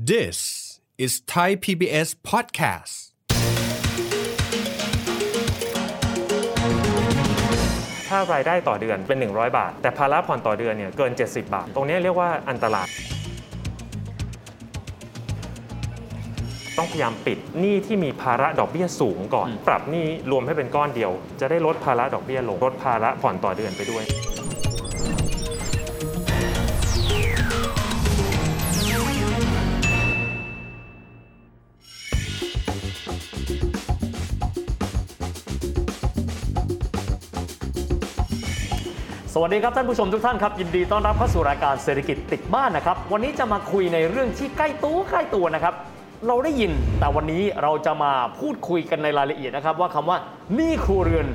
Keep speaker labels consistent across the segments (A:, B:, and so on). A: This is Thai PBS podcast.
B: ถ้ารายได้ต่อเดือนเป็น 100 บาท แต่ภาระผ่อนต่อเดือนเนี่ยเกิน 70 บาท ตรงเนี้ยเรียกว่าอันตราย ต้องพยายามปิดหนี้ที่มีภาระดอกเบี้ยสูงก่อน ปรับหนี้รวมให้เป็นก้อนเดียว จะได้ลดภาระดอกเบี้ยลง ลดภาระผ่อนต่อเดือนไปด้วย
C: สวัสดีครับท่านผู้ชมทุกท่านครับ ยินดีต้อนรับเข้าสู่รายการเศรษฐกิจติดบ้านนะครับ วันนี้จะมาคุยในเรื่องที่ใกล้ตัวใกล้ตัวนะครับ เราได้ยินแต่วันนี้เราจะมาพูดคุยกันในรายละเอียดนะครับ ว่าคำว่าหนี้ครัวเรือน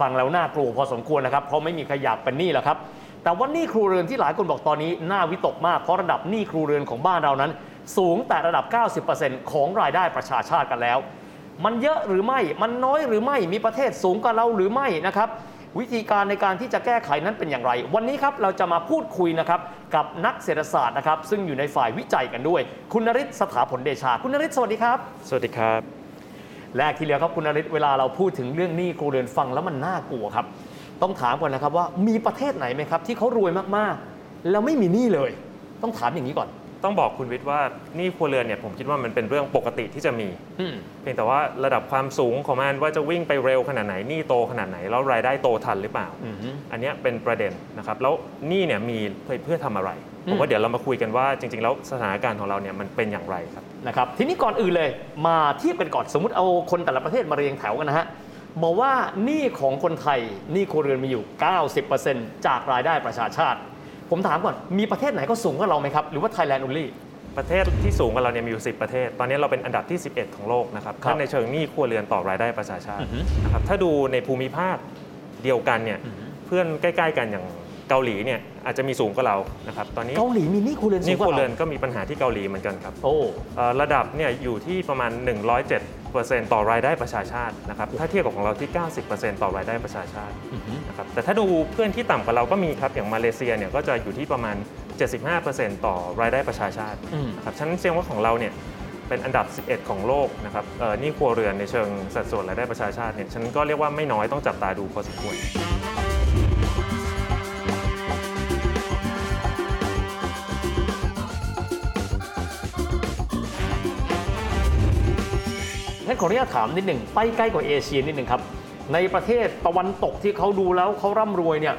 C: ฟังแล้วน่ากลัวพอสมควรนะครับ เพราะไม่มีใครอยากเป็นหนี้หรอกครับ แต่ว่าหนี้ครัวเรือนที่หลายคนบอกตอนนี้น่าวิตกมากเพราะระดับหนี้ครัวเรือนของบ้านเรานั้น สูงแต่ระดับ 90%ของรายได้ประชาชาติกันแล้ว มันเยอะหรือไม่ มันน้อยหรือไม่ มีประเทศสูงกว่าเราหรือไม่นะครับ วิธีการในการที่จะแก้ไขนั้นเป็นอย่างไร วันนี้ครับเราจะมาพูดคุยนะครับกับนักเศรษฐศาสตร์นะครับ ซึ่งอยู่ในฝ่ายวิจัยกันด้วย คุณนริศสถาผลเดชา คุณนริศสวัสดีครับ
B: สวัสดีครับ
C: และทีเดียวครับคุณนริศเวลาเราพูดถึงเรื่องหนี้ครูเรือนฟังแล้วมันน่ากลัวครับ ต้องถามก่อนนะครับว่ามีประเทศไหนไหมครับที่เขารวยมากๆ แล้วไม่มีหนี้เลย ต้องถามอย่างนี้ก่อน
B: ต้องบอกคุณวิทย์ว่าหนี้ครัวเรือนเนี่ยผมคิดว่ามันเป็นเรื่องปกติที่จะมี
C: อืม
B: เพียงแต่ว่าระดับความสูงของมันว่าจะวิ่งไปเร็วขนาดไหนหนี้โตขนาดไหนแล้วรายได้โตทันหรือเปล่า
C: อือฮึ
B: อันเนี้ยเป็นประเด็นนะครับแล้วหนี้เนี่ยมีเพื่อเพื่อทำอะไรผม
C: อืม
B: ว่าเดี๋ยวเรามาคุยกันว่าจริง ๆ แล้วสถานการณ์ของเราเนี่ยมันเป็นอย่างไรครับ
C: นะครับทีนี้ก่อนอื่นเลยมาเทียบกันก่อนสมมติเอาคนแต่ละประเทศมาเรียงแถวกันนะฮะบอกว่าหนี้ของคนไทยหนี้ครัวเรือนมีอยู่ 90%จากรายได้ประชาชาติ ผมถามก่อนมีประเทศไหนก็สูงกว่าเราไหมครับ หรือว่า Thailand only
B: ประเทศที่สูงกว่าเราเนี่ยมีอยู่ 10 ประเทศ ตอนนี้เราเป็นอันดับที่ 11 ของโลกนะครับ
C: ครับ
B: ถ้าในเชิงหนี้ครัวเรือนต่อรายได้ประชาชาติ
C: อือฮึ
B: นะครับถ้าดูในภูมิภาคเดียวกันเนี่ย
C: อือฮึ
B: เพื่อนใกล้ ๆ กันอย่างเกาหลีเนี่ยอาจจะมีสูงกว่าเรานะครับตอนนี้
C: เกาหลีมีหนี้ครัวเรือน
B: ห
C: สู
B: นี้
C: ง
B: ค
C: ก
B: รัว
C: ว่า
B: เรื
C: เรา
B: อนก็มีปัญหาที่เกาหลีเหมือนกันครับ
C: โอ้
B: เอ่อระดับเนี่ยอยู่ที่ประมาณ 107%ต่อรายได้ประชาชาตินะครับถ้าเทียบกับของเราที่ 90%ต่อรายได้ประชาชาตินะครับแต่ถ้าดูเพื่อนที่ต่ำกว่าเราก็มีครับอย่างมาเลเซียเนี่ยก็จะอยู่ที่ประมาณ 75%ต่อรายได้ประชาชาติ
C: อืม
B: นะครับฉะนั้นเชียงว่าของเราเนี่ยเป็นอันดับ 11 ของโลกนะครับเอ่อหนี่ครัวเรือนในเชิงสัดส่วนรายได้ประชาชาติเนี่ยฉะนันก็เรียกว่าไม่น้อยต้องจับตาดูพอสมควร
C: งั้นขออนุญาตถามนิดหนึ่งไปใกล้กว่าเอเชียนิดหนึ่งครับในประเทศตะวันตกที่เขาดูแล้วเขาร่ำรวยเนี่ย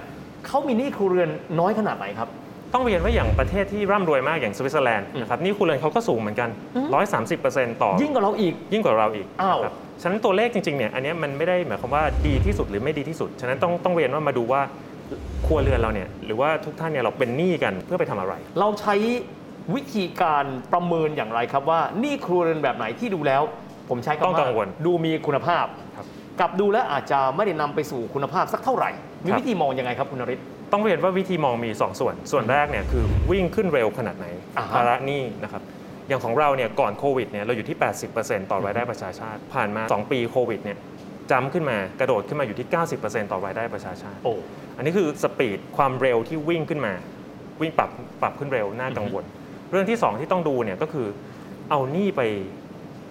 C: เขามีหนี้ครัวเรือนน้อยขนาดไหนครับ
B: ต้องเรียนว่าอย่างประเทศที่ร่ำรวยมากอย่างสวิตเซอร์แลนด์นะครับหนี่ครัวเรือนเขาก็สูงเหมือนกัน 130%ต่อ
C: ยิ่งกว่าเราอีก
B: ยิ่งกว่าเราอีก
C: อ้าว
B: นะครับฉะนั้นตัวเลขจริงๆ เนี่ย อันเนี้ยมันไม่ได้หมายความว่าดีที่สุดหรือไม่ดีที่สุด ฉะนั้นต้องต้องเรียนว่ามาดูว่าครัวเรือนเราเนี่ย หรือว่าทุกท่านเนี่ยเราเป็นหนี้กันเพื่อไปทำอะไร
C: เราใช้วิธีการประเมินอย่างไรครับว่าหนี่ครัวเรือนแบบไหนที่ดูแล้ว ผมใช้คำ
B: ต้องกั
C: ว่าง
B: วล
C: ดูมีคุณภาพ
B: ครับ
C: กับดูแล้วอาจจะไม่ได้นำไปสู่คุณภาพสักเท่าไหร่ มี
B: ครับ
C: วิธีมองยังไงครับคุณนริศ
B: ต้องเรียนว่าวิธีมองมี 2 ส่วน ส่วนแรกเนี่ยคือวิ่งขึ้นเร็วขนาดไหน
C: อ่าฮะ
B: ภาระหนี้นะครับ อย่างของเราเนี่ยก่อนโควิดเนี่ยเราอยู่ที่ 80%ต่อรายได้ประชาชาติ ผ่านมา 2 ปีโควิดเนี่ยจำขึ้นมากระโดดขึ้นมาอยู่ที่ 90%ต่อรายได้ประชาชาติ
C: โอ้
B: อันนี้คือสปีดความเร็วที่วิ่งขึ้นมา วิ่งปรับปรับขึ้นเร็วน่ากังวล เรื่องที่สองที่ต้องดูเนี่ยก็คือเอาหนี้ไป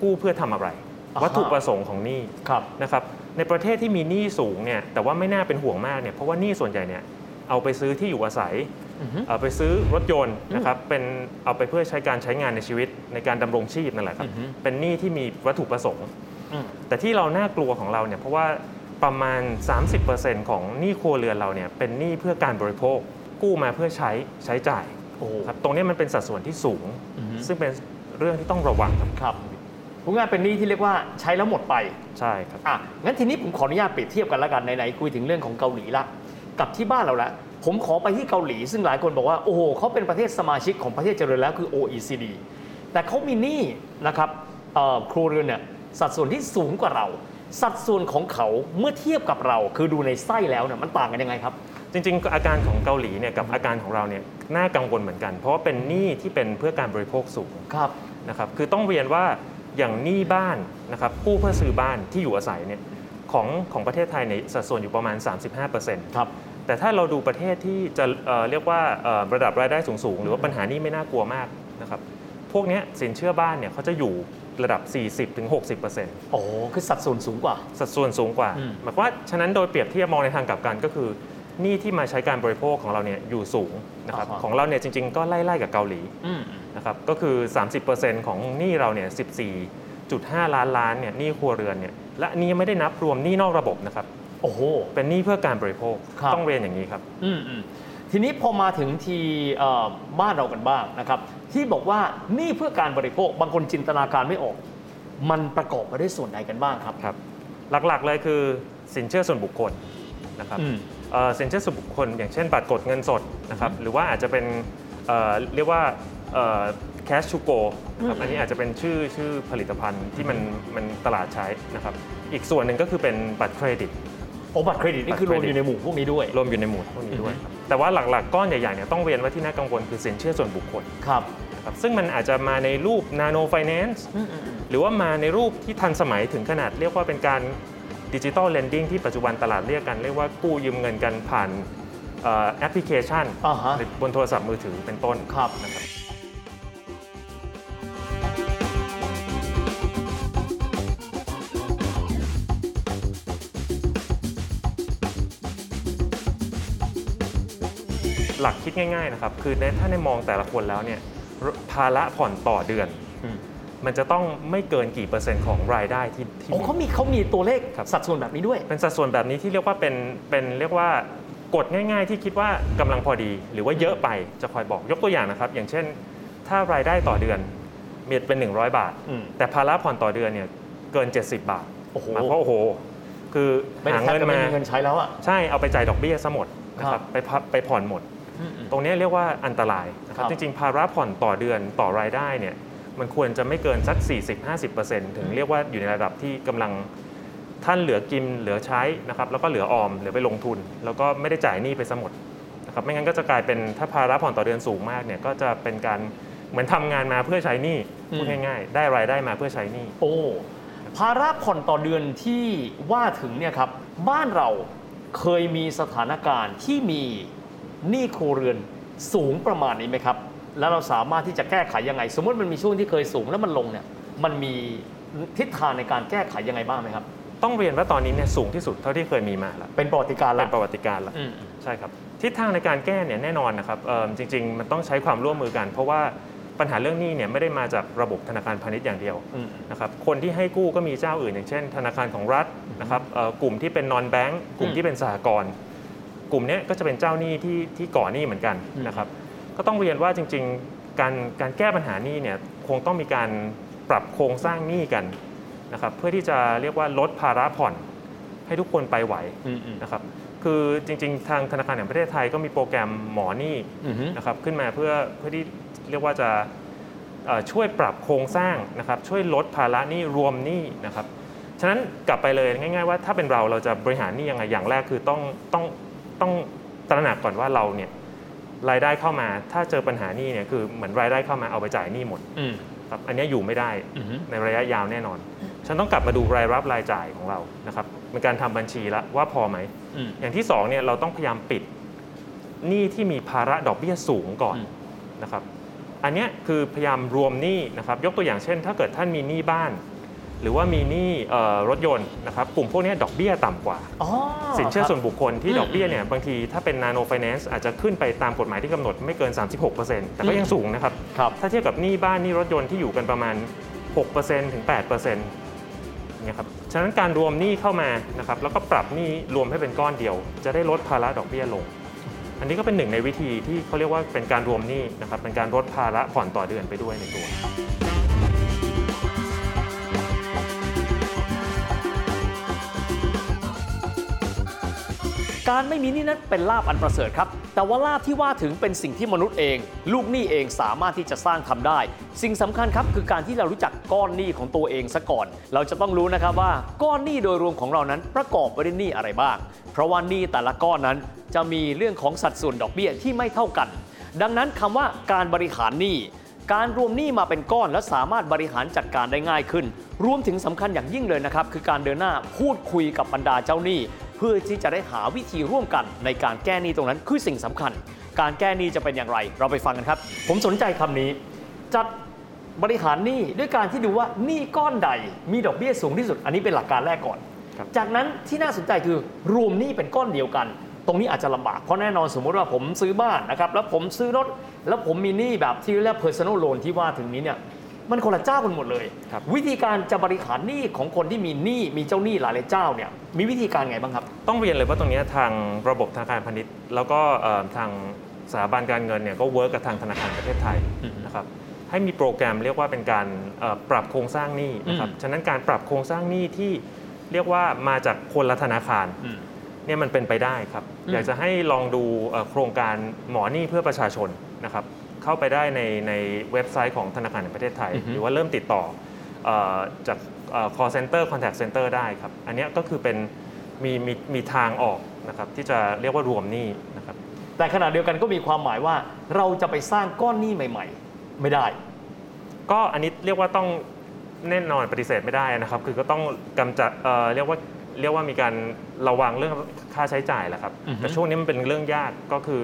B: กู้เพื่อทำอะไร
C: อ่าฮะ
B: วัตถุประสงค์ของหนี้
C: ครับ
B: นะครับในประเทศที่มีหนี้สูงเนี่ยแต่ว่าไม่น่าเป็นห่วงมากเนี่ยเพราะว่าหนี้ส่วนใหญ่เนี่ยเอาไปซื้อที่อยู่อาศัย
C: อือฮึ
B: เอาไปซื้อรถยนต์นะครับเป็นเอาไปเพื่อใช้การใช้งานในชีวิตในการดำรงชีพนั่นแหละครับ
C: อือฮึ
B: เป็นหนี้ที่มีวัตถุประสงค์
C: อืม
B: แต่ที่เราน่ากลัวของเราเนี่ยเพราะว่าประมาณ 30%ของหนี้ครัวเรือนเราเนี่ยเป็นหนี้เพื่อการบริโภค กู้มาเพื่อใช้ใช้จ่าย
C: โอ้
B: ครับตรงเนี้ยมันเป็นสัดส่วนที่สูง
C: อือฮึ
B: ซึ่งเป็นเรื่องที่ต้องระวังครับ
C: ครับผู้งานเป็นหนี้ที่เรียกว่าใช้แล้วหมดไป
B: ใช่ครับ
C: อ่ะ งั้นทีนี้ผมขออนุญาตเปรียบเทียบกันละกันไหนๆคุยถึงเรื่องของเกาหลีละกับที่บ้านเราละผมขอไปที่เกาหลี ซึ่งหลายคนบอกว่า โอ้โหเขาเป็นประเทศสมาชิกของประเทศเจริญแล้วคือ OECD แต่เขามีหนี้นะครับเอ่อครัวเรือนเนี่ยสัดส่วนที่สูงกว่าเรา สัดส่วนของเขาเมื่อเทียบกับเรา คือดูในไส้แล้วเนี่ยมันต่างกันยังไงครับ
B: จริงๆ อาการของเกาหลีเนี่ยกับอาการของเราเนี่ยน่ากังวลเหมือนกัน เพราะว่าเป็นหนี้ที่เป็นเพื่อการบริโภคสูง
C: ครับ
B: นะครับคือต้องเรียนว่าอย่างหนี้บ้านนะครับกู้เพื่อซื้อบ้านที่อยู่อาศัยเนี่ยของของประเทศไทยในยสัดส่วนอยู่ประมาณ 35%
C: ครับ
B: แต่ถ้าเราดูประเทศที่จะเอ่อเรียกว่าเอ่อระดับรายได้สูงๆ หรือว่าปัญหานี้ไม่น่ากลัวมากนะครับ พวกเนี้ยสินเชื่อบ้านเนี่ยเขาจะอยู่ระดับ 40-60%
C: โอ้คือสัดส่วนสูงกว่า
B: สัดส่วนสูงกว่า
C: อืม
B: หมายความว่าฉะนั้นโดยเปรียบเทียบมองในทางกลับกันก็คือหนี้ที่มาใช้การบริโภคของเราเนี่ยอยู่สูงนะครับของเราเนี่ยจริง ๆ ก็ไล่ๆกับเกาหลี
C: อืม
B: นะครับก็คือ 30%ของหนี้เราเนี่ย14.5 ล้านล้านเนี่ยหนี้ครัวเรือนเนี่ยและอันนี้ยังไม่ได้นับรวมหนี้นอกระบบนะครับ
C: โอ้โห
B: เป็นหนี้เพื่อการบริโภค
C: ครับ
B: ต้องเรียนอย่างนี้ครับ
C: อืมอืมทีนี้พอมาถึงทีเอ่อบ้านเรากันบ้างนะครับ ที่บอกว่าหนี่เพื่อการบริโภคบางคนจินตนาการไม่ออก มันประกอบไปด้วยส่วนใดกันบ้างครับ
B: ครับ หลักๆเลยคือสินเชื่อส่วนบุคคลนะครับ
C: อืม
B: เอ่อสินเชื่อส่วนบุคคล อย่างเช่น บัตรกดเงินสดนะครับหรือว่าอาจจะเป็นเอ่อเรียกว่าเอ่อ cash to go นะครับ
C: อืม
B: อันนี้อาจจะเป็นชื่อชื่อผลิตภัณฑ์ที่มันมันตลาดใช้นะครับอีกส่วนหนึ่งก็คือเป็นบัตรเครดิต
C: โอ้บัตรเครดิตนี่คือรวมอยู่ในหมู่พวกนี้ด้วย
B: รวมอยู่ในหมู่พวกนี้ด้วยครับแต่ว่าหลักๆ ก้อนใหญ่ๆเนี่ยต้องเรียนว่าที่น่ากังวลคือสินเชื่อส่วนบุคคล
C: ครับ
B: นะครับซึ่งมันอาจจะมาในรูป nano finance
C: อืมอืมอืม
B: หรือว่ามาในรูปที่ทันสมัยถึงขนาดเรียกว่าเป็นการดิจิตอลเลนดิ้งที่ปัจจุบันตลาดเรียกกัน เรียกว่ากู้ยืมเงินกันผ่านเอ่อแอปพลิเคชัน
C: อ่าฮะ
B: หรือบนโทรศัพท์มือถือเป็นต้น
C: ครับ
B: หลักคิดง่ายๆนะครับคือในถ้าในมองแต่ละคนแล้วเนี่ยภาระผ่อนต่อเดือน
C: อืม
B: มันจะต้องไม่เกินกี่เปอร์เซ็นต์ของรายได้ที่ที่
C: โอ้
B: มี
C: เขามีเขามีตัวเลข
B: ครับ
C: สัดส่วนแบบนี้ด้วย
B: เป็นสัดส่วนแบบนี้ที่เรียกว่าเป็นเป็นเรียกว่ากฎง่าย ๆ ที่คิดว่ากำลังพอดี หรือว่าเยอะไปจะคอยบอกยกตัวอย่างนะครับ อย่างเช่น ถ้ารายได้ต่อเดือนเมียดเป็น 100 บาท
C: อืม
B: แต่ภาระผ่อนต่อเดือนเนี่ยเกิน 70 บาท
C: โอ้โห
B: หมายความว่าโอ้โห คือ
C: ไม่
B: หา
C: ได้
B: เงิ
C: แทบ
B: น
C: จะไม่
B: มา
C: มีเงินใช้แล้วอ่ะ
B: ใช่เอาไปจ่ายดอกเบี้ยซะหมดนะค
C: ครั
B: รับบ ไปพับไปผ่อนหมด
C: อืมอืม
B: ตรงนี้เรียกว่าอันตรายนะครับ
C: ครับ
B: จริงๆ ภาระผ่อนต่อเดือนต่อรายได้เนี่ยมันควรจะไม่เกินสัก 40-50%ถึงเรียกว่าอยู่ในระดับที่กำลังท่านเหลือกินเหลือใช้นะครับแล้วก็เหลือออมเหลือไปลงทุน แล้วก็ไม่ได้จ่ายหนี้ไปสมดนะครับไม่งั้นก็จะกลายเป็นถ้าภาระผ่อนต่อเดือนสูงมากเนี่ยก็จะเป็นการเหมือนทำงานมาเพื่อใช้หนี้พูดง่ายๆ ได้รายได้มาเพื่อใช้หนี้
C: โอ้ภาระผ่อนต่อเดือนที่ว่าถึงเนี่ยครับ บ้านเราเคยมีสถานการณ์ที่มีหนี้ครัวเรือนสูงประมาณนี้ไหมครับ แล้วเราสามารถที่จะแก้ไขยังไง สมมติมันมีช่วงที่เคยสูงแล้วมันลงเนี่ยมันมีทิศทางในการแก้ไขยังไงบ้างไหมครับ
B: ต้องเรียนว่าตอนนี้เนี่ยสูงที่สุดเท่าที่เคยมีมาแล้ว
C: เป็นประวัติการณ์
B: เป็
C: ละ
B: นประวัติการณ์แล้ว
C: อืม
B: ใช่ครับทิศทางในการแก้เนี่ยแน่นอนนะครับเอิ่มจริง ๆ มันต้องใช้ความร่วมมือกัน เพราะว่าปัญหาเรื่องหนี้เนี่ยไม่ได้มาจากระบบธนาคารพาณิชย์อย่างเดียว
C: อืม
B: นะครับคนที่ให้กู้ก็มีเจ้าอื่น อย่างเช่น ธนาคารของรัฐนะครับเอ่อกลุ่มที่เป็นนอนแบงก์กลุ่มที่เป็นสหกรณ์กลุ่มเนี้ยก็จะเป็นเจ้าหนี้ที่ที่ก่อหนี้เหมือนกัน
C: อืม
B: นะครับก็ต้องเรียนว่าจริง ๆ การการแก้ปัญหาหนี้เนี่ยคงต้องมีการปรับโครงสร้างหนี้กันนะครับเพื่อที่จะเรียกว่าลดภาระผ่อนให้ทุกคนไปไหว
C: อืมอืม
B: นะครับคือจริงๆ ทางธนาคารแห่งประเทศไทยก็มีโปรแกรมหมอหนี้
C: อืมอืม
B: นะครับขึ้นมาเพื่อเพื่อที่เรียกว่าจะเอ่อช่วยปรับโครงสร้างนะครับช่วยลดภาระหนี้รวมหนี้นะครับฉะนั้นกลับไปเลยง่ายๆว่าถ้าเป็นเราเราจะบริหารหนี้ยังไงอย่างแรกคือต้องต้องต้องตระหนักก่อนว่าเราเนี่ยรายได้เข้ามาถ้าเจอปัญหาหนี้เนี่ยคือเหมือนรายได้เข้ามาเอาไปจ่ายหนี้หมดครับอันเนี้ยอยู่ไม่ได้
C: อืม
B: ในระยะยาวแน่นอน ฉันต้องกลับมาดูรายรับรายจ่ายของเรานะครับเป็นการทำบัญชีละว่าพอไหม
C: อืม
B: อย่างที่สองเนี่ยเราต้องพยายามปิดหนี้ที่มีภาระดอกเบี้ยสูงก่อน
C: อืม
B: นะครับ อันเนี้ยคือพยายามรวมหนี้นะครับ ยกตัวอย่างเช่น ถ้าเกิดท่านมีหนี้บ้าน หรือว่ามีหนี้เอ่อรถยนต์นะครับ กลุ่มพวกเนี้ยดอกเบี้ยต่ำกว่า
C: อ๋อ
B: สินเชื่อส่วน
C: ครับ
B: บุคคลที่
C: อืม
B: ดอกเบี้ยเนี่ยบางทีถ้าเป็นนาโนไฟแนนซ์อาจจะขึ้นไปตามกฎหมายที่กำหนดไม่เกิน 36%แต่ก็
C: อืม
B: ยังสูงนะครับ
C: ครับ
B: ถ้าเทียบกับหนี้บ้านหนี้รถยนต์ที่อยู่กันประมาณ 6%ถึง 8%เนี่ยครับ ฉะนั้นการรวมหนี้เข้ามานะครับแล้วก็ปรับหนี้รวมให้เป็นก้อนเดียว จะได้ลดภาระดอกเบี้ยลง อันนี้ก็เป็นหนึ่งในวิธีที่เขาเรียกว่าเป็นการรวมหนี้นะครับเป็นการลดภาระผ่อนต่อเดือนไปด้วยในตัว
C: การไม่มีหนี้นั้นเป็นลาบอันประเสริฐครับ แต่ว่าลาบที่ว่าถึงเป็นสิ่งที่มนุษย์เอง ลูกหนี้เองสามารถที่จะสร้างทำได้ สิ่งสำคัญครับคือการที่เรารู้จักก้อนหนี้ของตัวเองซะก่อน เราจะต้องรู้นะครับว่าก้อนหนี้โดยรวมของเรานั้นประกอบไปด้วยหนี้อะไรบ้าง เพราะว่าหนี้แต่ละก้อนนั้น จะมีเรื่องของสัดส่วนดอกเบี้ยที่ไม่เท่ากัน ดังนั้นคำว่าการบริหารหนี้ การรวมหนี้มาเป็นก้อนและสามารถบริหารจัดการได้ง่ายขึ้น รวมถึงสำคัญอย่างยิ่งเลยนะครับ คือการเดินหน้าพูดคุยกับบรรดาเจ้าหนี้ เพื่อที่จะได้หาวิธีร่วมกันในการแก้หนี้ตรงนั้นคือสิ่งสำคัญ การแก้หนี้จะเป็นอย่างไร เราไปฟังกันครับ ผมสนใจคำนี้ จัด บริหารหนี้ด้วยการที่ดูว่าหนี้ก้อนใดมีดอกเบี้ยสูงที่สุด อันนี้เป็นหลักการแรกก่อน
B: ครับ
C: จากนั้นที่น่าสนใจคือรวมหนี้เป็นก้อนเดียวกัน ตรงนี้อาจจะลำบากเพราะแน่นอนสมมติว่าผมซื้อบ้านนะครับแล้วผมซื้อรถแล้วผมมีหนี้แบบที่เรียกว่า personal loan ที่ว่าถึงนี้เนี่ยมันคนละเจ้ากันหมดเลย
B: ครับ
C: วิธีการจะบริหารหนี้ของคนที่มีหนี้มีเจ้าหนี้หลายๆเจ้าเนี่ยมีวิธีการไงบ้างครับ
B: ต้องเรียนเลยว่าตรงเนี้ยทางระบบธนาคารพาณิชย์ แล้วก็เอ่อทางสถาบันการเงินเนี่ยก็เวิร์กกับทางธนาคารประเทศไทย
C: อืม
B: นะครับให้มีโปรแกรมเรียกว่าเป็นการเอ่อปรับโครงสร้างหนี้นะครับ
C: อืม
B: ฉะนั้นการปรับโครงสร้างหนี้ที่เรียกว่ามาจากคนละธนาคารเนี่ยมันเป็นไปได้ครับ
C: อืม
B: อยากจะให้ลองดูเอ่อโครงการหมอหนี้เพื่อประชาชนนะครับเข้าไปได้ในในเว็บไซต์ของธนาคารแห่งประเทศไทย หรือว่าเริ่มติดต่อเอ่อจากเอ่อ call center contact center ได้ครับ อันเนี้ยก็คือเป็น มีมีมีทางออกนะครับที่จะเรียกว่ารวมหนี้นะครับ
C: แต่ขณะเดียวกันก็มีความหมายว่าเราจะไปสร้างก้อนหนี้ใหม่ ๆ ไม่ได้
B: ก็อันนี้เรียกว่าต้องแน่นอนปฏิเสธไม่ได้นะครับ คือก็ต้องกำจัดเอ่อเรียกว่าเรียกว่ามีการระวังเรื่องค่าใช้จ่ายแหละครับ
C: อือฮึ
B: แต่ช่วงนี้มันเป็นเรื่องยากก็คือ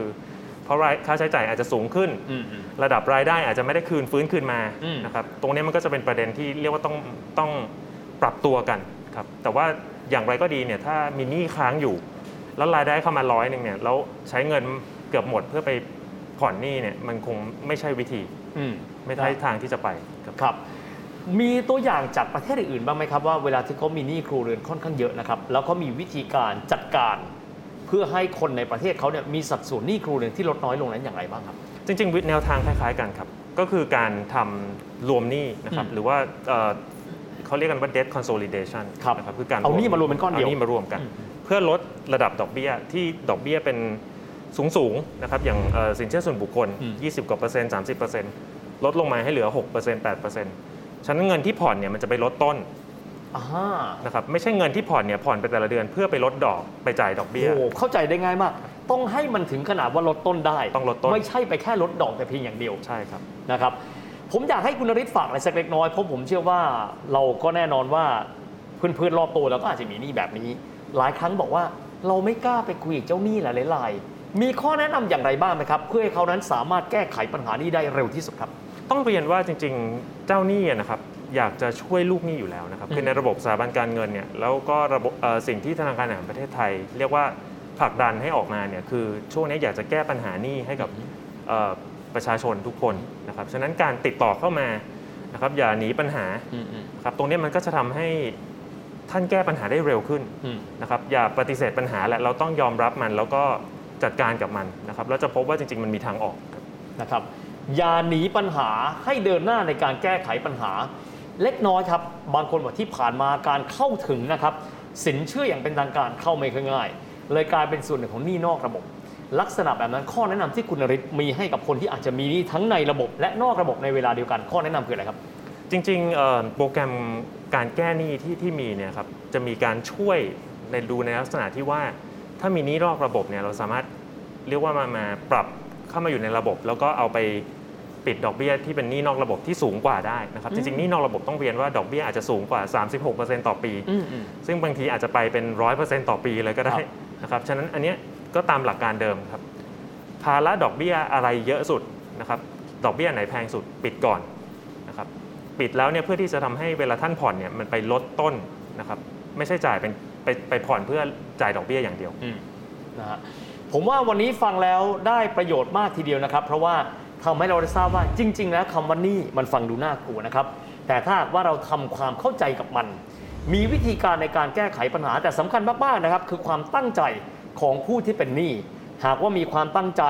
B: เพราะรายค่าใช้จ่ายอาจจะสูงขึ้น
C: อืม
B: ระดับรายได้อาจจะไม่ได้คืนฟื้นคืนมา
C: อืม
B: นะครับตรงนี้มันก็จะเป็นประเด็นที่เรียกว่าต้องต้องปรับตัวกันครับแต่ว่าอย่างไรก็ดีเนี่ยถ้ามีหนี้ค้างอยู่ แล้วรายได้เข้ามาร้อยหนึ่งเนี่ยแล้วใช้เงินเกือบหมดเพื่อไปผ่อนหนี้เนี่ยมันคงไม่ใช่วิธี
C: อืม
B: ไม่ใช่ทางที่จะไปครับ
C: ครับ มีตัวอย่างจากประเทศอื่นๆบ้างไหมครับว่าเวลาที่เขามีหนี้ครัวเรือนค่อนข้างเยอะนะครับ แล้วเขามีวิธีการจัดการ เพื่อให้คนในประเทศเขาเนี่ยมีสัดส่วนหนี้ครัวเรือนที่ลดน้อยลงนั้นอย่างไรบ้างครับ
B: จริงๆวิธีแนวทางคล้ายๆกันครับ ก็คือการทำรวมหนี้นะครับ
C: อืม
B: หรือว่าเอ่อเขาเรียกกันว่า debt consolidation
C: ครับ
B: นะครับคือการ
C: เอาหนี้มารวมเป็นก้อนเดียว
B: เอาหนี้มารวมกัน
C: อืม
B: เพื่อลดระดับดอกเบี้ยที่ดอกเบี้ยเป็นสูงๆนะครับอย่างเอ่อสินเชื่อส่วนบุคคล
C: อืม
B: 20 กว่าเปอร์เซ็นต์30เปอร์เซ็นต์ลดลงมาให้เหลือ6เปอร์เซ็นต์8เปอร์เซ็นต์ฉะนั้นเงินที่ผ่อนเนี่ยมันจะไปลดต้น
C: อ่า
B: นะครับไม่ใช่เงินที่ผ่อนเนี่ยผ่อนไปแต่ละเดือนเพื่อไปลดดอกไปจ่ายดอกเบี้ย
C: โอ้เข้าใจได้ง่ายมาก ต้องให้มันถึงขนาดว่าลดต้นได้
B: ต้องลดต้น
C: ไม่ใช่ไปแค่ลดดอกแต่เพียงอย่างเดียว
B: ใช่ครับ
C: นะครับผมอยากให้คุณนริศฝากอะไรสักเล็กน้อยเพราะผมเชื่อว่าเราก็แน่นอนว่าเพื่อนๆรอบตัวเราก็อาจจะมีหนี้แบบนี้ หลายครั้งบอกว่าเราไม่กล้าไปคุยกับเจ้าหนี้หลายๆรายมีข้อแนะนำอย่างไรบ้างไหมครับ เพื่อให้เขานั้นสามารถแก้ไขปัญหานี้ได้เร็วที่สุดครับ
B: ต้องเรียนว่าจริงๆ เจ้าหนี้อะนะครับอยากจะช่วยลูกหนี้อยู่แล้วนะครับ
C: อืม
B: คือในระบบสถาบันการเงินเนี่ยแล้วก็ระบบเอ่อสิ่งที่ธนาคารแห่งประเทศไทย เรียกว่าผลักดันให้ออกมาเนี่ยคือช่วงนี้อยากจะแก้ปัญหาหนี้ให้กับเอ่อประชาชนทุกคนนะครับฉะนั้นการติดต่อเข้ามานะครับอย่าหนีปัญหานะครับตรงนี้มันก็จะทำให้ท่านแก้ปัญหาได้เร็วขึ้น
C: อืม
B: นะครับอย่าปฏิเสธปัญหาแหละเราต้องยอมรับมันแล้วก็จัดการกับมันนะครับแล้วจะพบว่าจริง ๆ มันมีทางออก
C: นะครับอย่าหนีปัญหาให้เดินหน้าในการแก้ไขปัญหา เล็กน้อยครับ บางคนบอกที่ผ่านมาการเข้าถึงนะครับ สินเชื่ออย่างเป็นทางการเข้าไม่ค่อยง่าย เลยกลายเป็นส่วนหนึ่งของหนี้นอกระบบ ลักษณะแบบนั้นข้อแนะนำที่คุณนริศมีให้กับคนที่อาจจะมีหนี้ทั้งในระบบ และนอกระบบในเวลาเดียวกันข้อแนะนำคืออะไรครับ
B: จริงๆเอ่อโปรแกรมการแก้หนี้ที่ที่มีเนี่ยครับจะมีการช่วยในดูในลักษณะที่ว่าถ้ามีหนี้นอกระบบเนี่ยเราสามารถเรียกว่ามามาปรับเข้ามาอยู่ในระบบ แล้วก็เอาไปปิดดอกเบี้ยที่เป็นหนี้นอกระบบที่สูงกว่าได้นะครับจริงๆหนี้นอกระบบต้องเรียนว่าดอกเบี้ยอาจจะสูงกว่า 36%ต่อปี ซึ่งบางทีอาจจะไปเป็น 100%ต่อปีเลยก็ได้
C: ครับ
B: นะครับฉะนั้นอันเนี้ยก็ตามหลักการเดิมครับภาระดอกเบี้ยอะไรเยอะสุดนะครับดอกเบี้ยไหนแพงสุดปิดก่อนนะครับปิดแล้วเนี่ยเพื่อที่จะทำให้เวลาท่านผ่อนเนี่ยมันไปลดต้นนะครับไม่ใช่จ่ายเป็นไปไปผ่อนเพื่อจ่ายดอกเบี้ยอย่างเดียว
C: นะฮะผมว่าวันนี้ฟังแล้วได้ประโยชน์มากทีเดียวนะครับ เพราะว่าทำให้เราได้ทราบว่าจริง ๆ แล้วคำว่าหนี่มันฟังดูน่ากลัวนะครับ แต่ถ้าหากว่าเราทำความเข้าใจกับมัน มีวิธีการในการแก้ไขปัญหาแต่สำคัญมากๆนะครับ คือความตั้งใจของผู้ที่เป็นหนี้หากว่ามีความตั้งใจ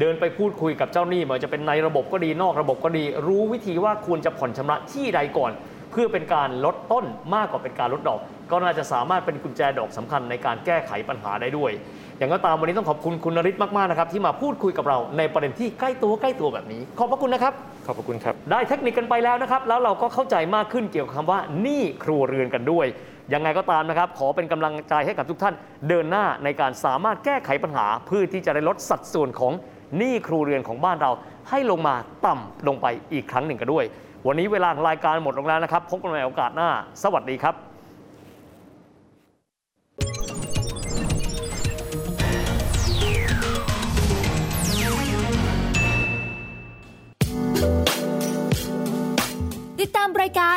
C: เดินไปพูดคุยกับเจ้าหนี้ไม่ว่าจะเป็นในระบบก็ดีนอกระบบก็ดี รู้วิธีว่าควรจะผ่อนชำระที่ใดก่อน เพื่อเป็นการลดต้นมากกว่าเป็นการลดดอก ก็น่าจะสามารถเป็นกุญแจดอกสำคัญในการแก้ไขปัญหาได้ด้วย อย่างก็ตามวันนี้ต้องขอบคุณคุณนริศมาก ๆ นะครับ ที่มาพูดคุยกับเราในประเด็นที่ใกล้ตัวใกล้ตัวแบบนี้ ขอบพระคุณนะครับ
B: ขอบพระคุณครับ
C: ได้เทคนิคกันไปแล้วนะครับ แล้วเราก็เข้าใจมากขึ้นเกี่ยวกับคำว่าหนี้ครัวเรือนกันด้วย ยังไงก็ตามนะครับ ขอเป็นกำลังใจให้กับทุกท่าน เดินหน้าในการสามารถแก้ไขปัญหา เพื่อที่จะได้ลดสัดส่วนของหนี้ครัวเรือนของบ้านเรา ให้ลงมาต่ำลงไปอีกครั้งหนึ่งกันด้วย วันนี้เวลาของรายการหมดลงแล้วนะครับพบกันใหม่โอกาสหน้า สวัสดีครับ
D: ติดตามรายการ